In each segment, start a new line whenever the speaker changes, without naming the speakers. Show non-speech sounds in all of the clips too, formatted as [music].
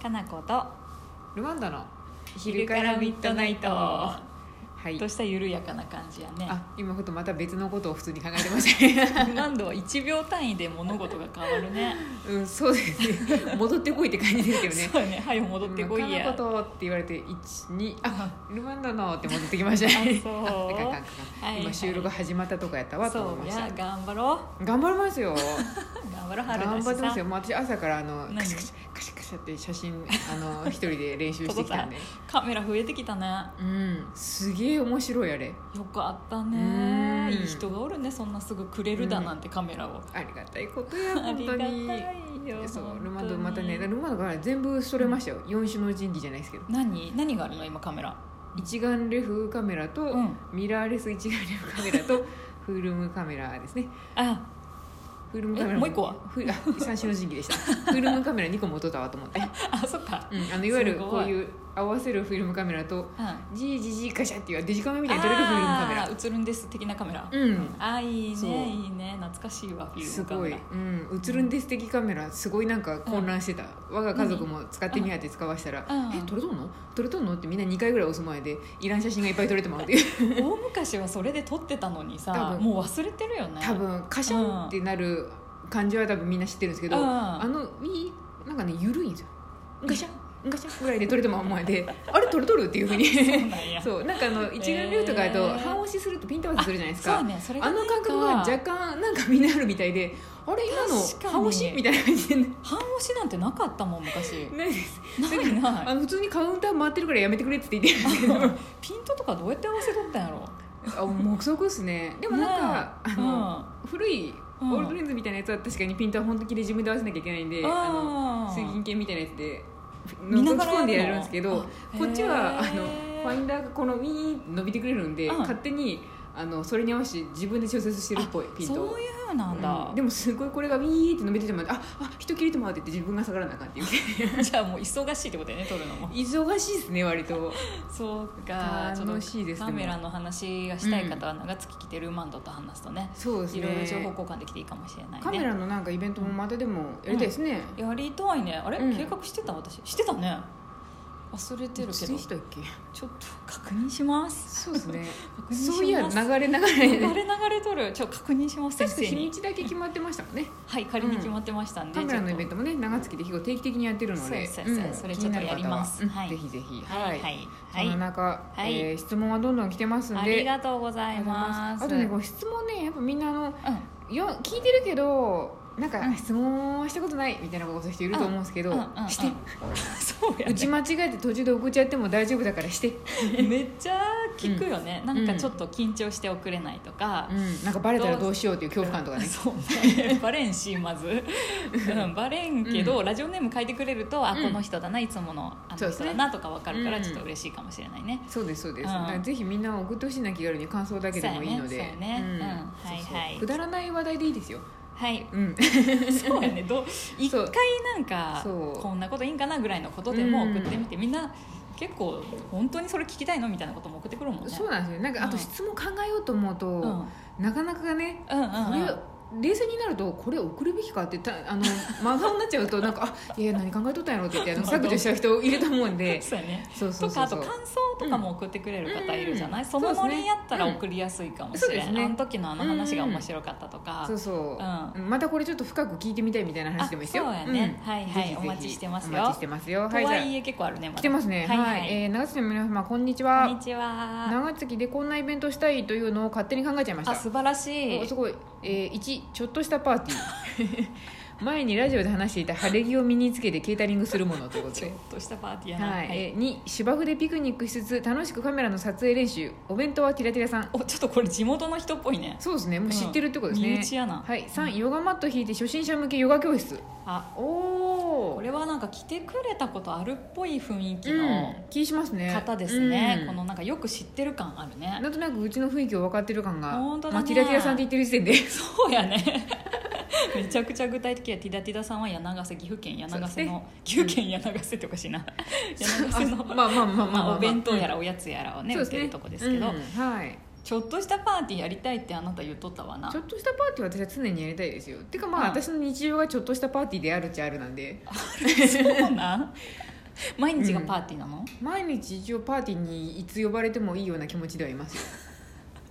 かなこと
ルワンダの
昼からミッドナイト
は
ちょ
い
っとした緩やかな感じやね
あ今ふとまた別のことを普通に考えてましたね
何度は1秒単位で物事が変わるね
[laughs] うんそうですね戻ってこいって感じですけどね
そうやね「はい戻ってこい
今
や」
かなことって言われて12あルワンダのって戻ってきましたね
あそう
あいかんいかんいかん
はい
今収録始まったとかやったわと
そ
思いうました
や頑張ろ
頑張りますよ
う頑張ろう春だし
頑
さ
張ってますよもう私朝からあの
何
カシャカシャカシャカシャって写真あの [laughs] 一人で練習してき [laughs] たんで
カメラ増えてきたね
うんすげえ面白いあれ
よかった
うん
ねいい人がおるねそんなすぐくれるだなんてカメラを
ありがたいことや
あ
本 [laughs]
り
当
がた
に
いよ
そうルマン
本当
ド
に
またねルマンドから全部それましたよ、四種の神器じゃないですけど
何何があるの今カメラ
一眼レフカメラと、
うん
ミラーレス一眼レフカメラ
[laughs]
とフルムカメラですね
あ
フルムカメラ
えもう一個は
フあ三種の神器
[laughs]
でしたフルムカメラ2個も取ったわと思って、
あそっか
うん、あのいわゆる
すごい
こういう合わせるフィルムカメラ
う
と
ん
ジージージーカシャっていうデジカメ
み
みたいに撮れるフィルムカメラ
映るんです的なカメラ、
うん
あいい
そう
ねいいね懐かしいわフィル
す
ムカ
ご
メ
い
ラ、
うん、映るんです的カメラすごいなんか混乱してた、我が家族も使ってみやって使わしたら「
うん
え撮れとんの撮れとんの?」ってみんな2回ぐらいお住まいでいらん写真がいっぱい撮れてもらうっていう
大昔はそれで撮ってたのに
多
さ
分
もう忘れてるよね
多分カシャンってなる感じは多分みんな知ってるんですけど、
うん
あのウィーなんかね緩いんですよガシャンガシャンぐらいで撮れて [laughs] もらう前で「あれ撮る撮る?」っていうふうに
そうなんや
[laughs] そうなんかあの一眼レフとかだ
へ
と
ー
半押しするとピント合わせするじゃないです
そ
か
うねそれが
あの感覚が若
若
干なんかみんなあるみたいであれ今の
確かに
半押しみたいな感じでな
半押しなんてなかったもん
[laughs]
昔
ないです
ない
あ
ない
の普通にカウンター回ってるからやめてくれって言ってるん
[laughs]
ですけど
ピントとかどうやって合わせとったんやろ
あ目測っすねでもなんか、
ねえ
あの、古いオ
うん
ールドレンズみたいなやつは確かにピントは本気で自分で合わせなきゃいけないんで、あの
あ
水銀鏡みたいなやつで
見な
覗
が
き
ら
込んでや
やるの
るんですけど
あ
こっち
へ
はあ
ー
のファインダーがこのウィーンって伸びてくれるんで、
うん
勝手にあのそれに合わせて自分で調節してるっぽいピントを
そういうふうなんだ、
うんでもすごいこれがウィーって伸びててもああ人切れてもらうって言って自分が下がらなあかんっていう
じゃあもう忙しいってことやね撮るのも
忙しいですね割と
そうかちょっと
楽しいですね
カメラの話がしたい方は長月来てるマンドと話すとね、
そうです
い
ね
ろいろ情報交換できていいかもしれないね
カメラのなんかイベントもまたでもやりたいですね、
やりたいねあれ、
うん
計画してた私してたね忘れてるけど
いつ
ち
でしたっけ
ょっと確認します
そうですね
確認します
[laughs] そういや流れ流
流
れ
れ [laughs] 流れとるちょっと確認します先
確か
生
日
に
にちだけ決まってましたもんね
はい仮に決まってましたんで、
カメラのイベン
ト
トもね長月で日後定期的にやってるので
そうそうそうそれちょっとやります
気にな
は
る方はいうんぜひぜひ
はいはいい、
そんな中、
い
えー質問はどんどん来てますんで
ありがとうございます
あとねご質問ねやっぱみんなあの
うん
よ聞いてるけどなんか
うん
質問はしたことないみたいなこと人いると思うんですけど、
うんうんうん
して、
[laughs] そうや
打ち
ね
間違えて途中で送っちゃっても大丈夫だからして、
めっちゃ聞くよね、なんかちょっと緊張して送れないとか、
うん、なんかバレたらどうしようっていう恐怖感とかね
そうねバレんしまず、うん、バレんけど、ラジオネーム書いてくれると、あ
うん
この人だないつものあ
そ
の
うです
人
ね
だなとか分かるから、
うん
ちょっと嬉しいかもしれないね
そうですそうで
う
す、
ん
だからぜひみんな送ってほしいな気軽に感想だけでもいいので
そうやねそうやねうんはいはい
くだらない話題でいいですよ、 [laughs]
はい
うん、
そうやねど一
そう
回なんか
そう
こんなこといいんかなぐらいのことでも
うん
送ってみて、みんな結構本当にそれ聞きたいのみたいなことも送ってくるもんね
そうなんですよなんかあ
う
と
ん
質問考えようと思うと、
うん、うん
なかなかね
うんうん
これ冷静になるとこれ送るべきかってたあの [laughs] 真顔になっちゃうとなんか「あいや何考えとったんやろ」って言ってあの削除しちゃう人いると思うんで
そうやね
そうそ
と
うそ
か
う
あ
そ
と
う
感想とかも送ってくれる方いるじゃない、
うん
そのノ
そうです
リ
ね
やったら送りやすいかもし
うん
れ
そうで
ん、
すね
あの時のあの話が面白かったとか、
そうそう、またこれちょっと深く聞いてみたいみたいな話でもいいですよ
あそうやね
ん
はいはい
ぜひぜひ
お待ちしてますよ
お待ちしてますよ
と
じゃ
は
あ
いえ結構あるねまだ
来てますね
は
はいい、
はい、
えー長月の皆様こんにち
こん
は
にちは
長月でこんなイベントしたいというのを勝手に考えちゃいました
あ素晴らし
お
い
すごい、えー、1ちょっとしたパーティー [laughs] 前にラジオで話していた晴れ着を身につけてケータリングするものということ
ちょっ
で
としたパーティーやな、
はい、えー2芝生でピクニックしつつ楽しくカメラの撮影練習お弁当はティラティラさん
おちょっとこれ地元の人っぽいね
そうですねもう知ってるってことですね、
うん身内やな
はい、3ヨガマット引いて初心者向けヨガ教室
あ
お
こ
お
れはなんか来てくれたことあるっぽい雰囲気
うん
の、
気しますね
方ですね、
うん
このなんかよく知ってる感あるね [laughs]
なんとなくうちの雰囲気を分かってる感が、
本当だね
まあ、ティラティラさんって言ってる時点で
そうやね [laughs] めちゃくちゃ具体的やティダティダさんは柳瀬岐阜県柳瀬の岐阜県柳瀬っておかしいな柳瀬の
まあまあまあまあまあ、
まあ、お弁当やら
うん
おやつやらをね、
そう
売ってるとこですけど、
うんはい
ちょっとしたパーティーやりたいってあなた言っとったわな
ちょっとしたパーティーは私は常にやりたいですよてかまあ、
うん
私の日常がちょっとしたパーティーであるっちゃあるなんで [laughs]
そうなん毎日がパーティーなの、
毎日一応パーティーにいつ呼ばれてもいいような気持ちではいますよ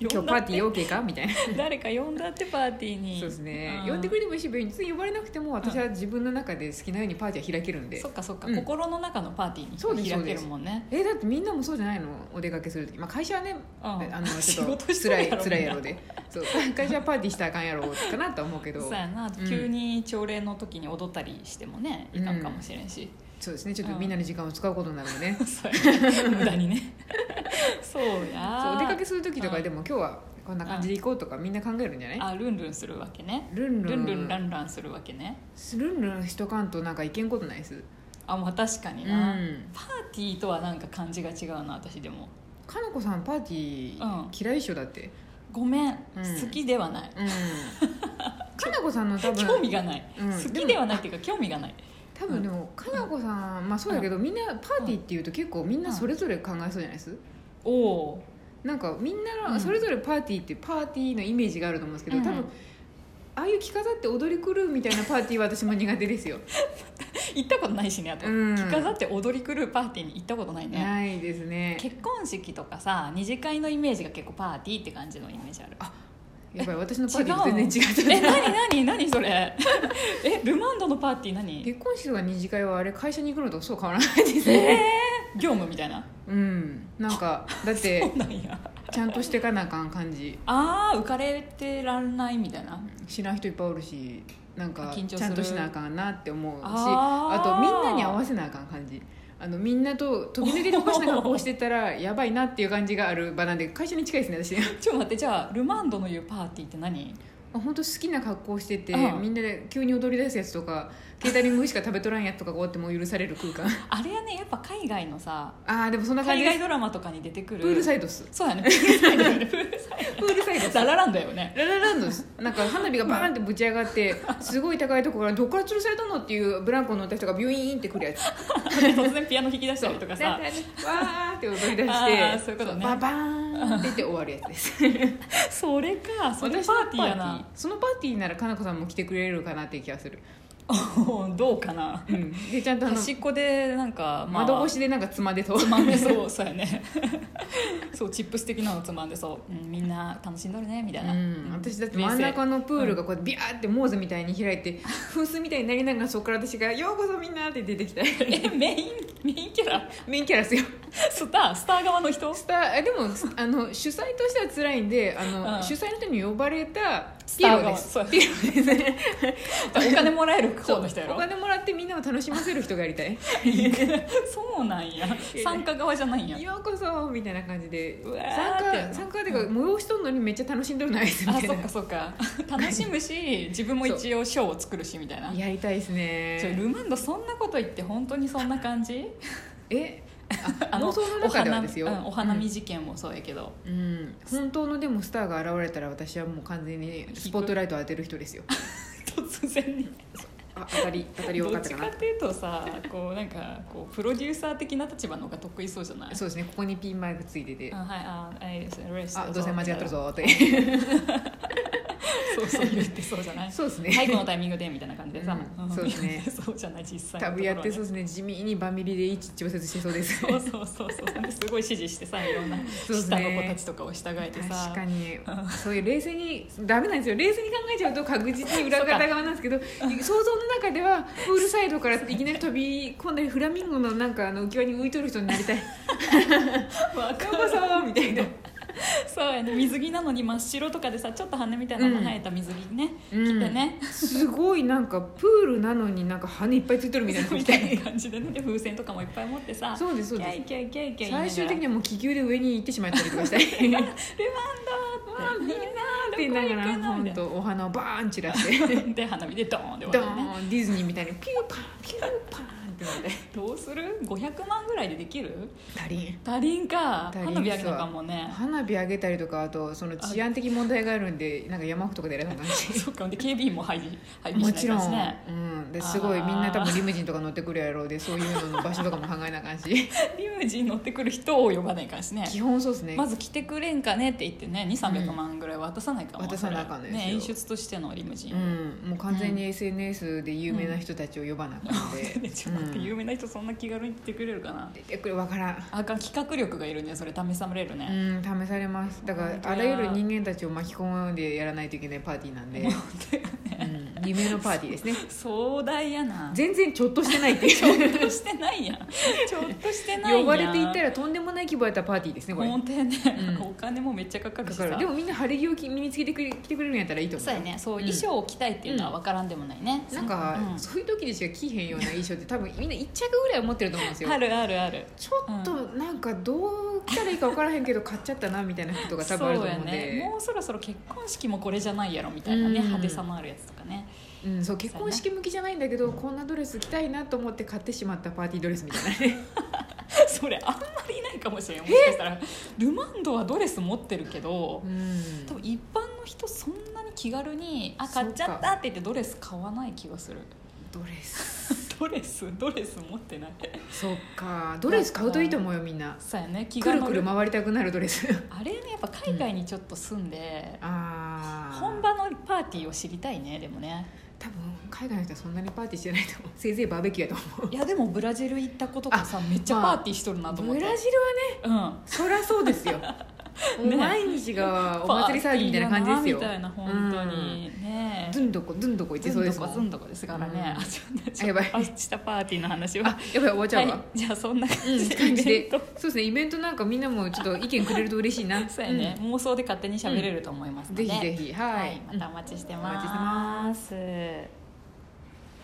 今
呼ん
日
だ
パ
っ
ー
て
ティー OK かみたいな
誰か呼んだってパーティーに
そうですね、
うん
呼んでくれてもいいし別に呼ばれなくても私は自分の中で好きなようにパーティーは開けるんで、
そっかそっか、
うん
心の中のパーティ
そう
ー
で
に
す
開けるもんね
えだってみんなもそうじゃないのお出かけする時、まあ、会社はね、
うん
あのちょっと
仕事しそうや
辛
ろ
い辛
み
い
ん
や
な
ろでそう会社はパーティーしたらあかんやろかなとは思うけど
そうやな、
うん
急に朝礼の時に踊ったりしてもねいかんかもしれんし、
そうですねちょっとみんなの時間を使うことになるのでね
[laughs] そう
[laughs]
やね無駄にねそうや
そうお出かけする時と
う
か
ん
でも今日はこんな感じで行こうとかみんな考えるんじゃない
あルンルンするわけね
ルンル
ル
ン
ンルンランランするわけね
ルンルンしとかんとなんかいけんことないです
あまあ確かに
う
な、
ん
パーティーとはなんか感じが違うな私でも
かのこさんパーティ
うん
ー嫌いっしょだって
ごめん、
うん
好きではない
うん
[laughs]
かなこさんの多分
興味がない、
うん
好きではないっていうか興味がない
多分でもかなこさんまあそうだけどみんなパーティーっていうと結構みんなそれぞれ考えそうじゃないです
おお
なんかみんな
う
の
ん
それぞれパーティーってパーティーのイメージがあると思うんですけど、
うん
多分ああいう着飾って踊り狂うみたいなパーティーは私も苦手ですよ
行ったことないしねあと、
うん
着飾って踊り狂うパーティーに行ったことないね、
ないですね
結婚式とかさ二次会のイメージが結構パーティーって感じのイメージある
やっぱり私のパーティーと全然違った
え何何何それ [laughs] えルマンドのパーティー何
[laughs] 結婚式とか二次会はあれ会社に行くのとそう変わらないです
え
ね
ー、業務みたいな
うんなんかだっ
そ
て
うなんや
ちゃんとしてかなあかん感じ
あー浮かれてらんないみたいな
知らん人いっぱいおるしなんか
緊張する
ちゃんとしなあかんなって思うし
あ
あ
ー
とみんなに合わせなあかん感じあのみんなと飛び抜けてこしな格好してた [laughs] らやばいなっていう感じがある場なんで会社に近いですね私
ちょっと待ってじゃあルマンドの言うパーティーって何
本当好きな格好してて
うん
みんなで急に踊り出すやつとかケータリングしか食べとらんやつとかこうやってもう許される空間
あれはねやっぱ海外のさ
ああでもそんな感
海
じで
外
す
ドラマとかに出てくる
プールサ
イ
イドっす
そうやねプールサイドだよねプールサイ
プールサイドっ
ド
す
ララランだよね
ララランドですなんか花火がバーンってぶち上がって [laughs] すごい高いところからどっから吊るされたのっていうブランコ乗った人がビュイーンってくるやつ
[laughs] 突然ピアノ弾き出したりとか
わ
さ
ーって踊り [laughs] 出
あ
して
ーそういうことね
ババーンって言って終わるやつです
それかそれ
私
パー
の
ティーやな
そのパーティーならかなこさんも来てくれるかなっていう気がする、
おー [laughs] どうかな
うん、でちゃんとあの
端っこでなんか、まあ
窓越しでなんかつまんでそう
つまんでそうそうやね [laughs] そうチップス的なのつまんでそう、うん、みんな楽しんどるねみたいな、
うん、私だって真ん中のプールがこうやってビャーってモーズみたいに開いて噴水みたいになりながらそこから私が「ようこそみんな」って出
[laughs]
てきた
えメインメインキャラ
メインキャラですよ
スタースター側の人
スターあでもあの主催としては辛いんであの、
うん
主催の人に呼ばれた
ス
ピ
タ
エ
ー
ロ
側
です
そうや
ピエロですね
[laughs] お金もらえる方の人や
お
ろ
金もらってみんなを楽しませる人がやりたい
そうなんや参加側じゃないんや
ようこそみたいな感じで
うわ
参
ーって
加参加っていうか催しとんのにめっちゃ楽しんどるないです
あ
みたい
そ
な
っかそっ
[laughs]
か楽しむし自分も一応ショーを作るしみたいな
やりたいです
ちょ
ね
ルマンドそんなこと言って本当にそんな感じ
[laughs] え
あ
あ
の
妄想の中ではですよ
お花,、うん、お花見事件もそうやけど、
うん、うん本当のでもスターが現れたら私はもう完全にスポットライトを当てる人で
[laughs]
すよ
突然に
あ当たり当たりよ
ど
か
っ
った
ち
か
か
な
っていうとさこうなんかこうプロデューサー的な立場の方が得意そうじゃない
そうですねここにピンマイクついてて
あはいあえーレース
あどうせ間違ってるぞって
そうそう言ってそうじゃない
[laughs] そうですね
最後のタイミングでみたいな感じでさ、
うんそうですね
ん [laughs] そうじゃない実際
多
のとこ
分
ろ
や
はね
ってそうですね地味にバミリで一致調節してそ
[laughs]
うです
そうそうそうそうですごい支持してさいろんな
そうです
下
ね
の子たちとかを従えてさ
確かにそういう冷静にダメなんですよ冷静に考えちゃうと確実に裏方側なんですけど想像の中ではプールサイドからいきなり飛び込んだりフラミンゴのなんかあの浮き輪に浮いとる人になりたいよ
わ
う
か
こ
る
[laughs] そみたいな
そうやね水着なのに真っ白とかでさちょっと羽みたいなの生えた水着ね、着てね、
すごいなんかプールなのになんか羽いっぱいついとるみ [laughs] たいな人
み
み
た
た
い
い
な感じでねで風船とかもいっぱい持ってさ
そうですそう
キ
で
ャイ
す
キャイキャイキャイ
最終的に
は
はもう気球で上に行ってしまったりとかしたいルワン
わあみんな
って言いなが
どこ行
ら
くの
本当お花をバーン散らして
で花火でドーンで
ド
終わるね
ーンディズニーみたいにピューパンピューパンってなって
どうする500万ぐらいでできる
足りん
足りんか
足りん
花火あげのかもね
花火上げたりとかあとその治安的問題があるんでなんか山奥とかでやらなあかんし
そうかで警備員も配備配 [laughs] 備
も
しないか
ちろ
ん
ん、
しね
うん、ですごい
あー
みんな多分リムジンとか乗ってくるやろうでそういうのの場所とかも考えなあか
[laughs]
んし
リムジン乗ってくる人を呼ばないかんしね
基本そうですね、
まず来てくれんかねって言ってね2 3 0 0万ぐらい渡さないかも、
渡さなあかんですよ
ね演出としてのリムジ
う
ン、
ん、もう完全に SNS で有名な人たちを呼ばなあかんので、
うん [laughs] ちょっとって有名な人そんな気軽に言ってくれるかな
えこれ分からん
あかん企画力がいるねそれ試されるね、
うん試されますだから
本当や
あらゆる人間たちを巻き込んでやらないといけないパーティーな
[laughs]
んで、うん、夢のパーティーですね
壮大やな
全然ちょっとしてないってい
[laughs]
う
ちょっとしてないやんちょっとしてないやん
呼ばれていったらとんでもない規模やったパーティーですねこれ
本当やね、
うん
お金もめっちゃかかる
だ
し
か
さ
らでもみんな晴れ着を着身につけてくれ来てくれるんやったらいいと思う
そうやねそう、
ん
衣装を着たいっていうのは分からんでもないね、
なんか、
うん
そういう時にしか着へんような衣装って多分みんな1着ぐらいは持ってると思うんですよ
あるあるある
ちょっとなんかどう着たらいいか分からへんけど買っちゃったなみたいなことが多分あると思うんで
そうやねもうそろそろ結婚式もこれじゃないやろみたいなね、
うん
派手さもあるやつとかね
うん、そう結婚式向きじゃないんだけどこんなドレス着たいなと思って買ってしまったパーティードレスみたいなね
[laughs] それあんまりいないかもしれんもしかしたらルマンドはドレス持ってるけど
うん
多分一般の人そんなに気軽に「あ
そ
買
うか
っちゃった」って言ってドレス買わない気がする
ドレス
ドレスドレス持ってない
そっかドレス買うといいと思うよみんな
そうやね気
く
が
る
乗
くる回りたくなるドレス [laughs]
あれねやっぱ海外にちょっと住んで、
ああ
本場のパーティーを知りたいねでもね
多分海外の人はそんなにパーティーしてないと思うせいぜいバーベキューやと思
[laughs]
う
いやでもブラジル行った子とかさめっちゃパーティーしとるなと思っ
ブ
て、
ラジルはね
うん
そりゃそうで
[laughs]
すよ、
ね
毎日がお祭り騒ぎみたいな感じですよ
パーティーだなみたいな本当に、ねえ
うんずんどこずんどこ行ってそうですもん
ずんどこずんどこですからね、
うん
あちょっと
あやばい
明日パーティーの話は
あやばい終わっちゃうわ、
はい、じゃあそんな感
うん
じで
感
[laughs] イ
じ
ベン
で
ト
そうですねイベントなんかみんなもちょっと意見くれると嬉しいな
そうやね、妄想で勝手に喋れると思います
うん
ので、
ぜひぜひはい、
はい、またお待ちしてます
お待
す